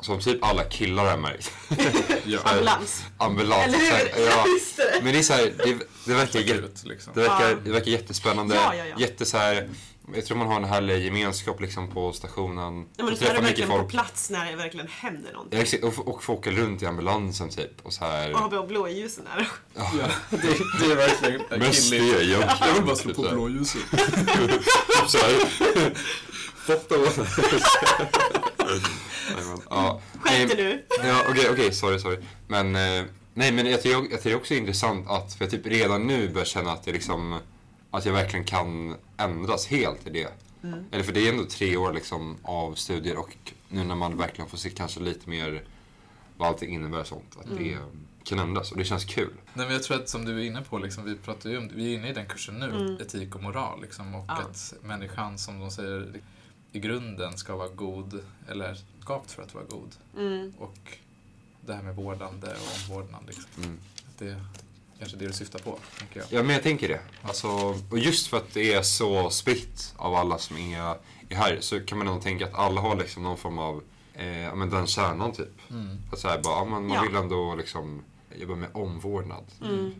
som typ alla killar har märkt. Ja. Så här, Ambulans. Ambulans. Eller så här, hur? ja. Ja, just det. Men det är så här, det, det verkar jätte Livet, liksom. Det verkar, Ja. det verkar jättespännande. Ja, ja, ja. Jätte så här, jag tror man har en härlig gemenskap liksom på stationen. Ja, men och så är det träffar verkligen mycket på folk. plats när det verkligen händer Ja, någonting. exakt. och, och få åka runt i ambulansen typ. Och så här. Och ha blåljusen där. Ja, det, det är verkligen en Mest det, killig- jag, Jag vill bara slå Typ på så här. blåljuset. Typ så här. Fota åt Jajamän. Ja. Skärp dig Nej, nu. Ja, okej, okej, sorry, sorry. Men, eh, nej, men jag tycker, jag tycker det är också intressant att, för jag typ redan nu börjar känna att jag liksom, att jag verkligen kan ändras helt i det. Eller för det är ändå tre år liksom av studier och nu när man verkligen får se kanske lite mer vad allting innebär och sånt, att det kan ändras och det känns kul. Nej, men jag tror att som du är inne på, liksom, vi pratar ju om, vi är inne i den kursen nu, etik och moral. Liksom, och Ja. att människan, som de säger, i grunden ska vara god, eller skapt för att vara god. Mm. Och det här med vårdande och omvårdnad. Liksom. Mm. Att Det är kanske det du syftar på, tänker jag. Ja, men jag tänker det. Alltså, och just för att det är så spritt av alla som är, är här så kan man ändå tänka att alla har liksom någon form av, eh, ja, men den kärnan typ. Mm. Att så här, bara, ja, man, man Ja. vill ändå liksom jobba med omvårdnad. Mm.